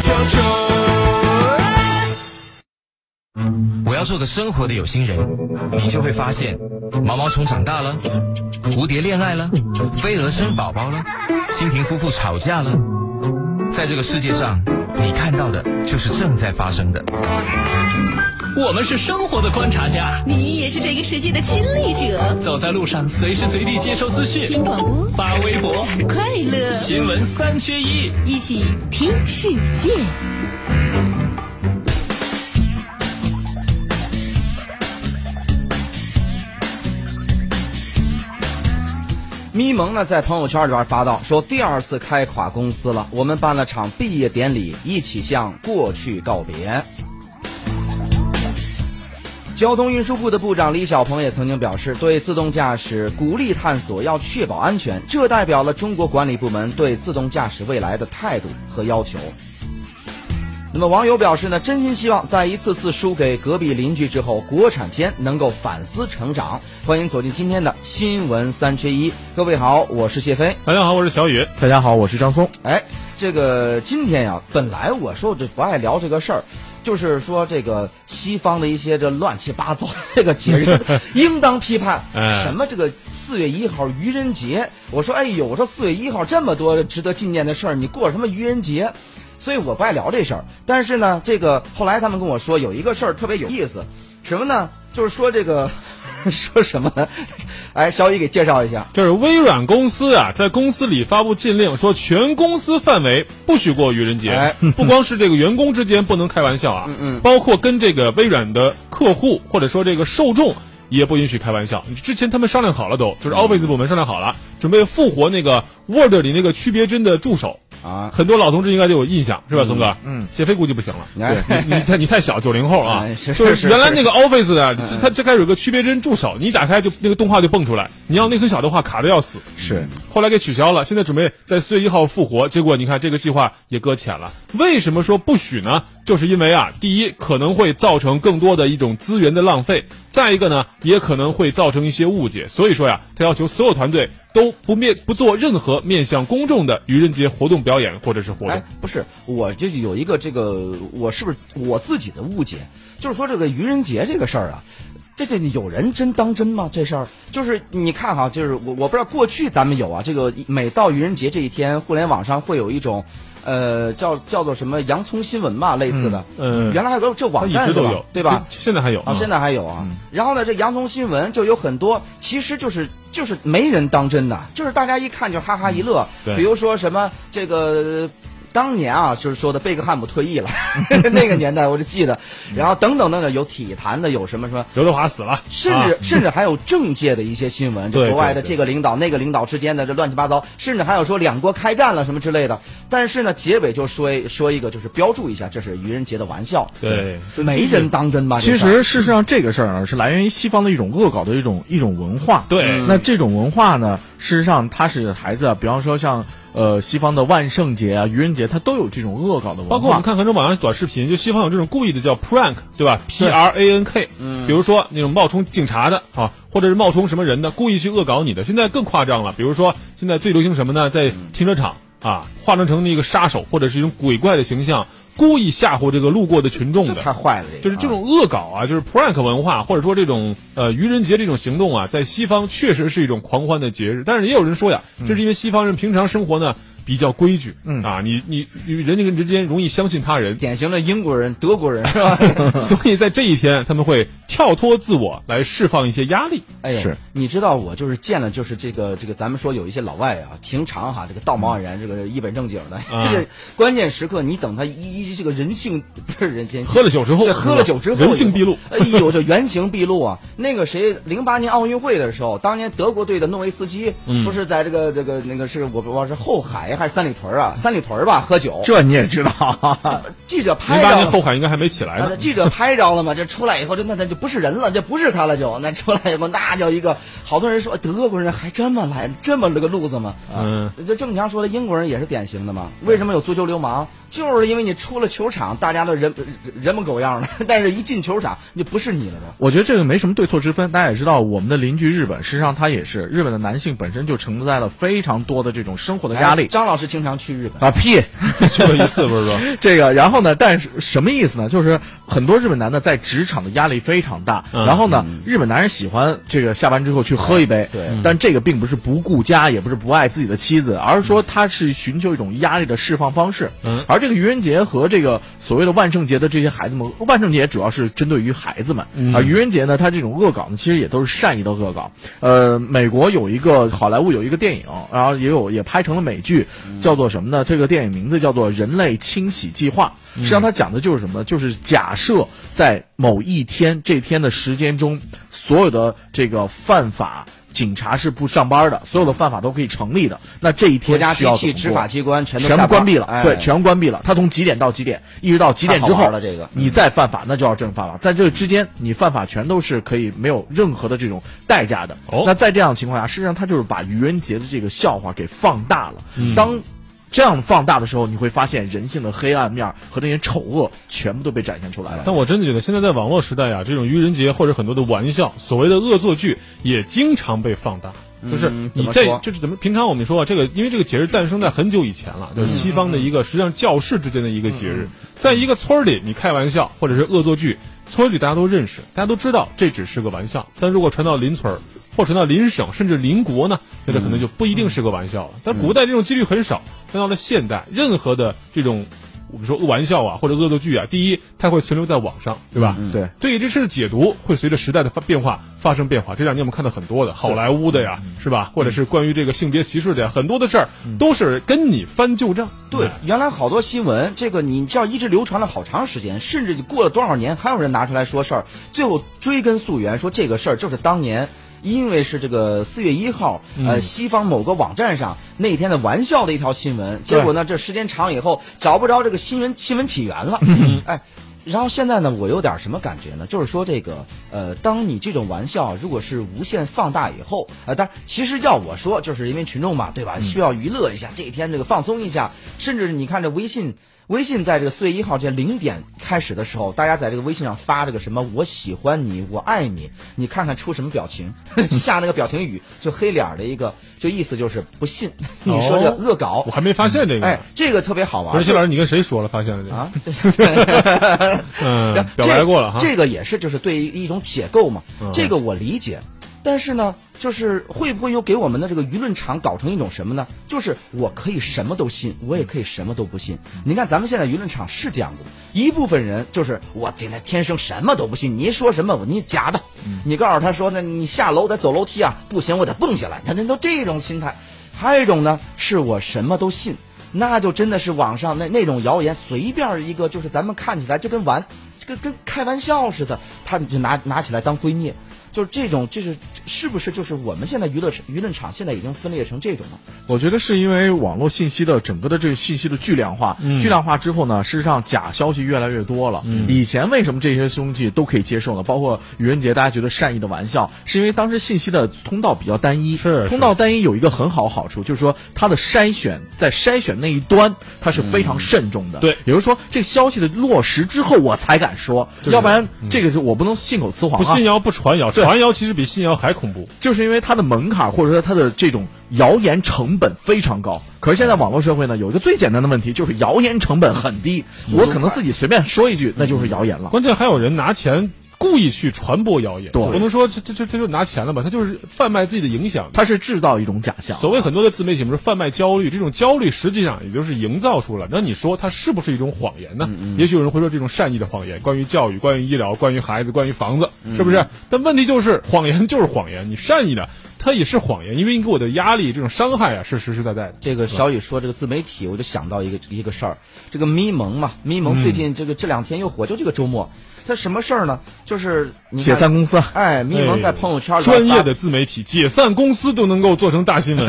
成虫。我要做个生活的有心人，你就会发现，毛毛虫长大了，蝴蝶恋爱了，飞蛾生宝宝了，蜻蜓夫妇吵架了。在这个世界上，你看到的就是正在发生的。我们是生活的观察家，你也是这个世界的亲历者，走在路上随时随地接收资讯，听广播，发微博，找快乐，新闻三缺一。一起听世界。咪蒙呢在朋友圈里边发到说，第二次开垮公司了，我们办了场毕业典礼，一起向过去告别。交通运输部的部长李小鹏也曾经表示，对自动驾驶鼓励探索，要确保安全，这代表了中国管理部门对自动驾驶未来的态度和要求。那么网友表示呢，真心希望在一次次输给隔壁邻居之后，国产片能够反思成长。欢迎走进今天的新闻三缺一，各位好，我是谢飞。大家好，我是小雨。大家好，我是张松。哎，这个今天呀、本来我说我就不爱聊这个事儿，就是说这个西方的一些这乱七八糟的这个节日，应当批判。哎什么这个四月一号愚人节，我说哎呦，我说四月一号这么多值得纪念的事儿，你过什么愚人节？所以我不爱聊这事儿。但是呢，这个后来他们跟我说有一个事儿特别有意思，什么呢？就是说这个 说什么呢？哎，小雨给介绍一下。就是微软公司啊，在公司里发布禁令，说全公司范围不许过愚人节。哎嗯不光是这个员工之间不能开玩笑啊，包括跟这个微软的客户或者说这个受众。也不允许开玩笑。之前他们商量好了都，就是 Office 部门商量好了，准备复活那个 Word 里那个区别针的助手啊很多老同志应该都有印象，是吧，松哥？嗯，谢飞估计不行了，哎你你太你太小，九零后啊哎，是嗯就是原来那个 Office 啊，它最开始有个区别针助手，你一打开就那个动画就蹦出来，你要内存小的话卡的要死。是，后来给取消了，现在准备在四月一号复活，结果你看这个计划也搁浅了。为什么说不许呢？就是因为啊，第一可能会造成更多的一种资源的浪费，再一个呢，也可能会造成一些误解。所以说呀，他要求所有团队都不面不做任何面向公众的愚人节活动表演或者是活动哎。，不是，我就是有一个这个，我是不是我自己的误解？就是说这个愚人节这个事儿啊，这这有人真当真吗？这事儿就是你看哈，就是我我不知道过去咱们有啊，这个每到愚人节这一天，互联网上会有一种。呃，叫叫做什么洋葱新闻吧，类似的。嗯嗯原来还有个这它网一站直是都吧有，对吧？现现在还有啊，现在还有嗯啊。然后呢，这洋葱新闻就有很多，其实就是就是没人当真的，就是大家一看就哈哈一乐。嗯对比如说什么这个。当年啊，就是说的贝克汉姆退役了， 那个年代我就记得，嗯然后等等等等，有体坛的，有什么什么，刘德华死了，甚至、 甚至还有政界的一些新闻，这啊对国外的对对这个领导那个领导之间的这乱七八糟，甚至还有说两国开战了什么之类的。但是呢，结尾就说一说一个，就是标注一下，这是愚人节的玩笑，对，没人当真吧？这其事儿实，事实上，这个事儿呢，是来源于西方的一种恶搞的一种一种文化。对那这种文化呢，事实上它是孩子啊，比方说像呃西方的万圣节啊、愚人节，它都有这种恶搞的文化。包括我们看很多网上短视频，就西方有这种故意的叫 prank，对吧？P R A N K，嗯，比如说那种冒充警察的啊，或者是冒充什么人的，故意去恶搞你的。现在更夸张了，比如说现在最流行什么呢？在停车场啊，化妆成那个杀手或者是一种鬼怪的形象，故意吓唬这个路过的群众这的。太坏了，这个就是这种恶搞啊，就是 prank 文化，或者说这种呃愚人节这种行动啊，在西方确实是一种狂欢的节日。但是也有人说呀，这是因为西方人平常生活呢比较规矩，嗯啊，你你你人跟人之间容易相信他人，典型的英国人、德国人是吧？ 所以在这一天他们会跳脱自我来释放一些压力。哎呦，是你知道我就是见了，就是这个这个，咱们说有一些老外啊，平常哈这个道貌岸然，这个一本正经的， 啊这关键时刻你等他一一这个人性不是人间喝了酒之后，对，喝了酒之后人性毕露。哎呦，这原形毕露啊！那个谁，零八年奥运会的时候，当年德国队的诺维斯基，嗯不是在这个这个那个是我不知道是后海还是三里屯啊，三里屯吧，喝酒， 这你也知道，啊记者零拍八着年后海应该还没起来啊呢，记者拍着了嘛，这出来以后，这那咱就不是人了，这不是他了就，那出来以后那叫一个，好多人说哎德国人还这么来这么这个路子吗？嗯，这正常说的，英国人也是典型的嘛。为什么有足球流氓？就是因为你出了球场，大家都人人人模狗样的， 但是一进球场，你就不是你了都。 我觉得这个没什么对错之分。大家也知道，我们的邻居日本，实际上他也是日本的男性本身就承载了非常多的这种生活的压哎力。张老师经常去日本，啊屁！就去了一次，不是说， 这个，然后呢？但是什么意思呢？就是很多日本男的在职场的压力非常大，嗯然后呢，日本男人喜欢这个下班之后去喝一杯，对但这个并不是不顾家，也不是不爱自己的妻子，而是说他是寻求一种压力的释放方式。嗯而这个愚人节和这个所谓的万圣节的这些孩子们，万圣节主要是针对于孩子们，嗯而愚人节呢，他这种恶搞呢，其实也都是善意的恶搞。呃，美国有一个好莱坞有一个电影，然后也有也拍成了美剧，叫做什么呢？这个电影名字叫做《人类清洗计划》。实际上，它讲的就是什么呢？就是假设在某一天这天的时间中，所有的这个犯法。警察是不上班的，所有的犯法都可以成立的。那这一国天家需机要器、怎么执做法机关全都全下部班关闭了，哎对，全关闭了。他从几点到几点，一直到几点之太好后玩了这个嗯你再犯法，那就要正犯法。在这之间，你犯法全都是可以没有任何的这种代价的。哦那在这样的情况下，实际上他就是把愚人节的这个笑话给放大了。当这样放大的时候，你会发现人性的黑暗面和那些丑恶全部都被展现出来了。但我真的觉得现在在网络时代啊，这种愚人节或者很多的玩笑，所谓的恶作剧也经常被放大。就是嗯怎你么这说就是怎么平常我们说啊，这个，因为这个节日诞生在很久以前了，就是西方的一个实际上教士之间的一个节日，嗯在一个村儿里你开玩笑或者是恶作剧，村儿里大家都认识，大家都知道这只是个玩笑，但如果传到邻村儿或传到邻省甚至邻国呢，那这可能就不一定是个玩笑了。但古代这种几率很少，但到了现代，任何的这种我们说玩笑啊或者恶作剧啊，第一它会存留在网上，对吧？嗯对。对于这事的解读会随着时代的发变化发生变化。这两年我们看到很嗯多的好莱坞的呀，是吧？或者是关于这个性别歧视的呀，很多的事儿都是跟你翻旧账。嗯嗯对，原来好多新闻，这个你知道一直流传了好长时间，甚至过了多少年，还有人拿出来说事儿，最后追根溯源，说这个事儿就是当年。因为是这个四月一号，呃，西方某个网站上那天的玩笑的一条新闻，结果呢，这时间长以后找不着这个新闻新闻起源了，哎，然后现在呢，我有点什么感觉呢？就是说这个，呃，当你这种玩笑如果是无限放大以后，呃，但其实要我说，就是因为群众嘛，对嗯吧？需要娱乐一下，这一天这个放松一下，甚至你看这微信。微信在这个四月一号这零点开始的时候，大家在这个微信上发这个什么“我喜欢你，我爱你”，你看看出什么表情， 下那个表情语，就黑脸儿的一个，就意思就是不信。 你说这哦恶搞我，还没发现这个呢。哎，这个特别好玩。而就且老师，你跟谁说了？发现了这个？啊，这嗯，这表白过了哈。这个也是就是对于一种解构嘛，这个我理解，但是呢，就是会不会又给我们的这个舆论场搞成一种什么呢？就是我可以什么都信，我也可以什么都不信。你看咱们现在舆论场是这样子的，一部分人就是我今天天生什么都不信，你一说什么我你假的，你告诉他说那你下楼得走楼梯啊，不行我得蹦下来，他人都这种心态。还有一种呢，是我什么都信。那就真的是网上那那种谣言，随便一个就是咱们看起来就跟玩，跟跟开玩笑似的，他们就拿拿起来当圭臬，就是这种，就是是不是就是我们现在娱乐舆论场现在已经分裂成这种了？我觉得是因为网络信息的整个的这个信息的巨量化，嗯巨量化之后呢，事实上假消息越来越多了。以前为什么这些东西都可以接受呢？包括愚人节，大家觉得善意的玩笑，是因为当时信息的通道比较单一。是是通道单一有一个很好的好处，就是说它的筛选在筛选那一端，它是非常慎重的。嗯对也就是说这个消息的落实之后，我才敢说，要不然这个是我不能信口雌黄不啊信。谣不传谣，对传谣其实比信谣还恐怖。就是因为它的门槛或者说它的这种谣言成本非常高。可是现在网络社会呢，有一个最简单的问题，就是谣言成本很低，嗯我可能自己随便说一句，那就是谣言了。关键还有人拿钱故意去传播谣言。对我不能说这这这这就拿钱了吧？他就是贩卖自己的影响力。它是制造一种假象。所谓很多的自媒体，我们说贩卖焦虑，这种焦虑实际上也就是营造出来。那你说它是不是一种谎言呢？嗯也许有人会说这种善意的谎言，关于教育、关于医疗、关于孩子、关于房子，嗯是不是？但问题就是，谎言就是谎言，你善意的它也是谎言，因为你给我的压力、这种伤害啊是实实在在的。这个小雨说这个自媒体，我就想到一个一个事儿，这个咪蒙嘛，咪蒙最嗯近这个、这两天又火，就这个周末，他什么事儿呢？就是你解看散公司，哎哎，咪蒙在朋友圈里专业发的自媒体解散公司都能够做成大新闻，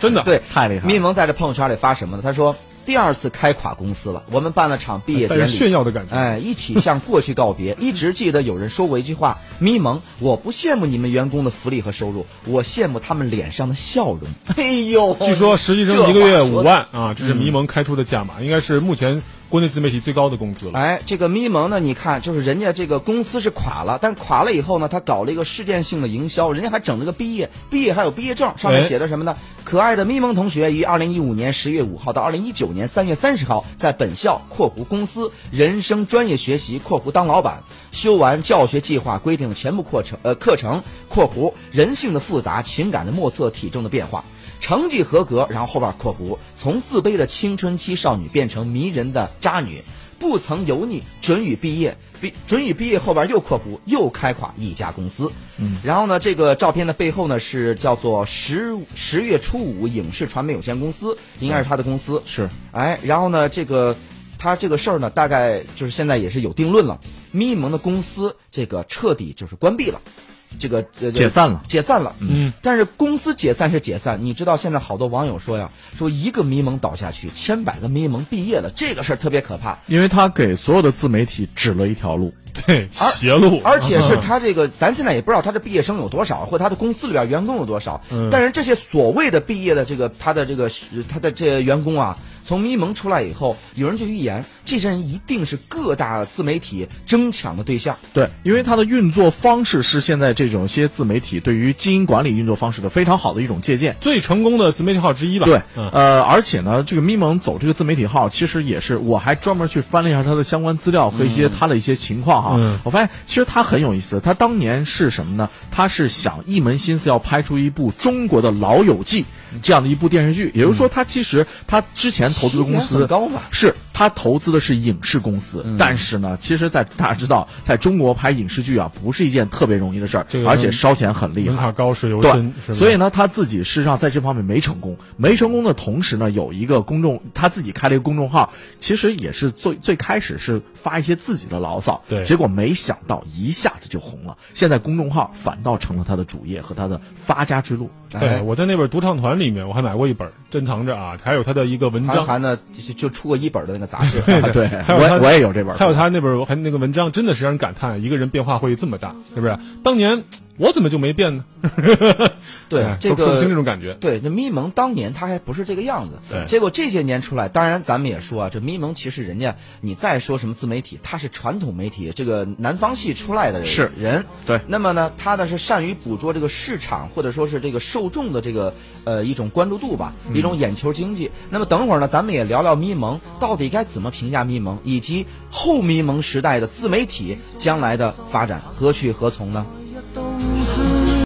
真的。 对，太厉害了密蒙在这朋友圈里发什么呢？他说：“第二次开垮公司了。我们办了场毕业带典着礼，炫耀的感觉。哎，一起向过去告 别。一直记得有人说过一句话：“咪蒙，我不羡慕你们员工的福利和收入，我羡慕他们脸上的笑 容。”哎呦，据说实习这生一个月话说嗯五的。万啊，这是迷蒙开出的价码，应该是目前国内自媒体最高的工资了。哎，这个咪蒙呢？你看，就是人家这个公司是垮了，但垮了以后呢，他搞了一个事件性的营销，人家还整了个毕业，毕业还有毕业证，上面哎写的什么呢？可爱的咪蒙同学于二零一五年十月五号到二零一九年三月三十号，在本校（括弧公司）人生专业学习（括弧当老板）修完教学计划规定的全部课程，呃，课程（括弧人性的复杂，情感的莫测，体重的变化）。成绩合格，然后后边括弧，从自卑的青春期少女变成迷人的渣女，不曾油腻，准予毕业。毕准予毕业后边又括弧又开垮一家公司，嗯，然后呢，这个照片的背后呢是叫做十十月初五影视传媒有限公司，应该是他的公司、是，哎，然后呢，这个他这个事儿呢，大概就是现在也是有定论了，咪蒙的公司这个彻底就是关闭了，这个呃解散了解散了，嗯，但是公司解散是解散，你知道现在好多网友说呀，说一个迷蒙倒下去，千百个迷蒙毕业了，这个事儿特别可怕，因为他给所有的自媒体指了一条路。对，邪路，啊而且是他这个，咱现在也不知道他的毕业生有多少，或他的公司里边员工有多少，嗯但是这些所谓的毕业的这个他的这个他的这些员工啊。从迷蒙出来以后，有人就预言，这些人一定是各大自媒体争抢的对象。对，因为它的运作方式是现在这种些自媒体对于经营管理运作方式的非常好的一种借鉴。最成功的自媒体号之一吧。对，嗯，呃，而且呢，这个咪蒙走这个自媒体号，其实也是我还专门去翻了一下他的相关资料和一些他的一些情况哈。嗯我发现其实他很有意思，他当年是什么呢？他是想一门心思要拍出一部中国的《老友记》这样的一部电视剧，也就嗯是说，他其实他之前投资的公起点司很高嘛是他投资的是影视公司，嗯但是呢，其实在大家知道，在中国拍影视剧啊，不是一件特别容易的事儿这，个而且烧钱很厉门害槛。高，水游深，是对，吧所以呢，他自己事实上在这方面没成功，没成功的同时呢，有一个公众他自己开了一个公众号，其实也是最最开始是发一些自己的牢骚，对结果没想到一下子就红了，现在公众号反倒成了他的主业和他的发家之路。哎对，我在那本独唱团里面，我还买过一本，珍藏着啊，还有他的一个文韩章，寒呢，就就出过一本的那个杂志，啊 对，还有他我我也有这本儿，还有他那本还那个文章，真的是让人感叹，一个人变化会这么大，是不是？当年我怎么就没变呢？对 哎这说说不个清这种感觉。对，这咪蒙当年他还不是这个样子，对结果这些年出来，当然咱们也说啊，这咪蒙其实人家你再说什么自媒体，他是传统媒体这个南方系出来的人，是人，对那么呢，他呢是善于捕捉这个市场或者说是这个受众的这个呃一种关注度吧，一嗯种眼球经济。那么等会儿呢，咱们也聊聊咪蒙到底该怎么评价咪蒙，以及后咪蒙时代的自媒体将来的发展何去何从呢？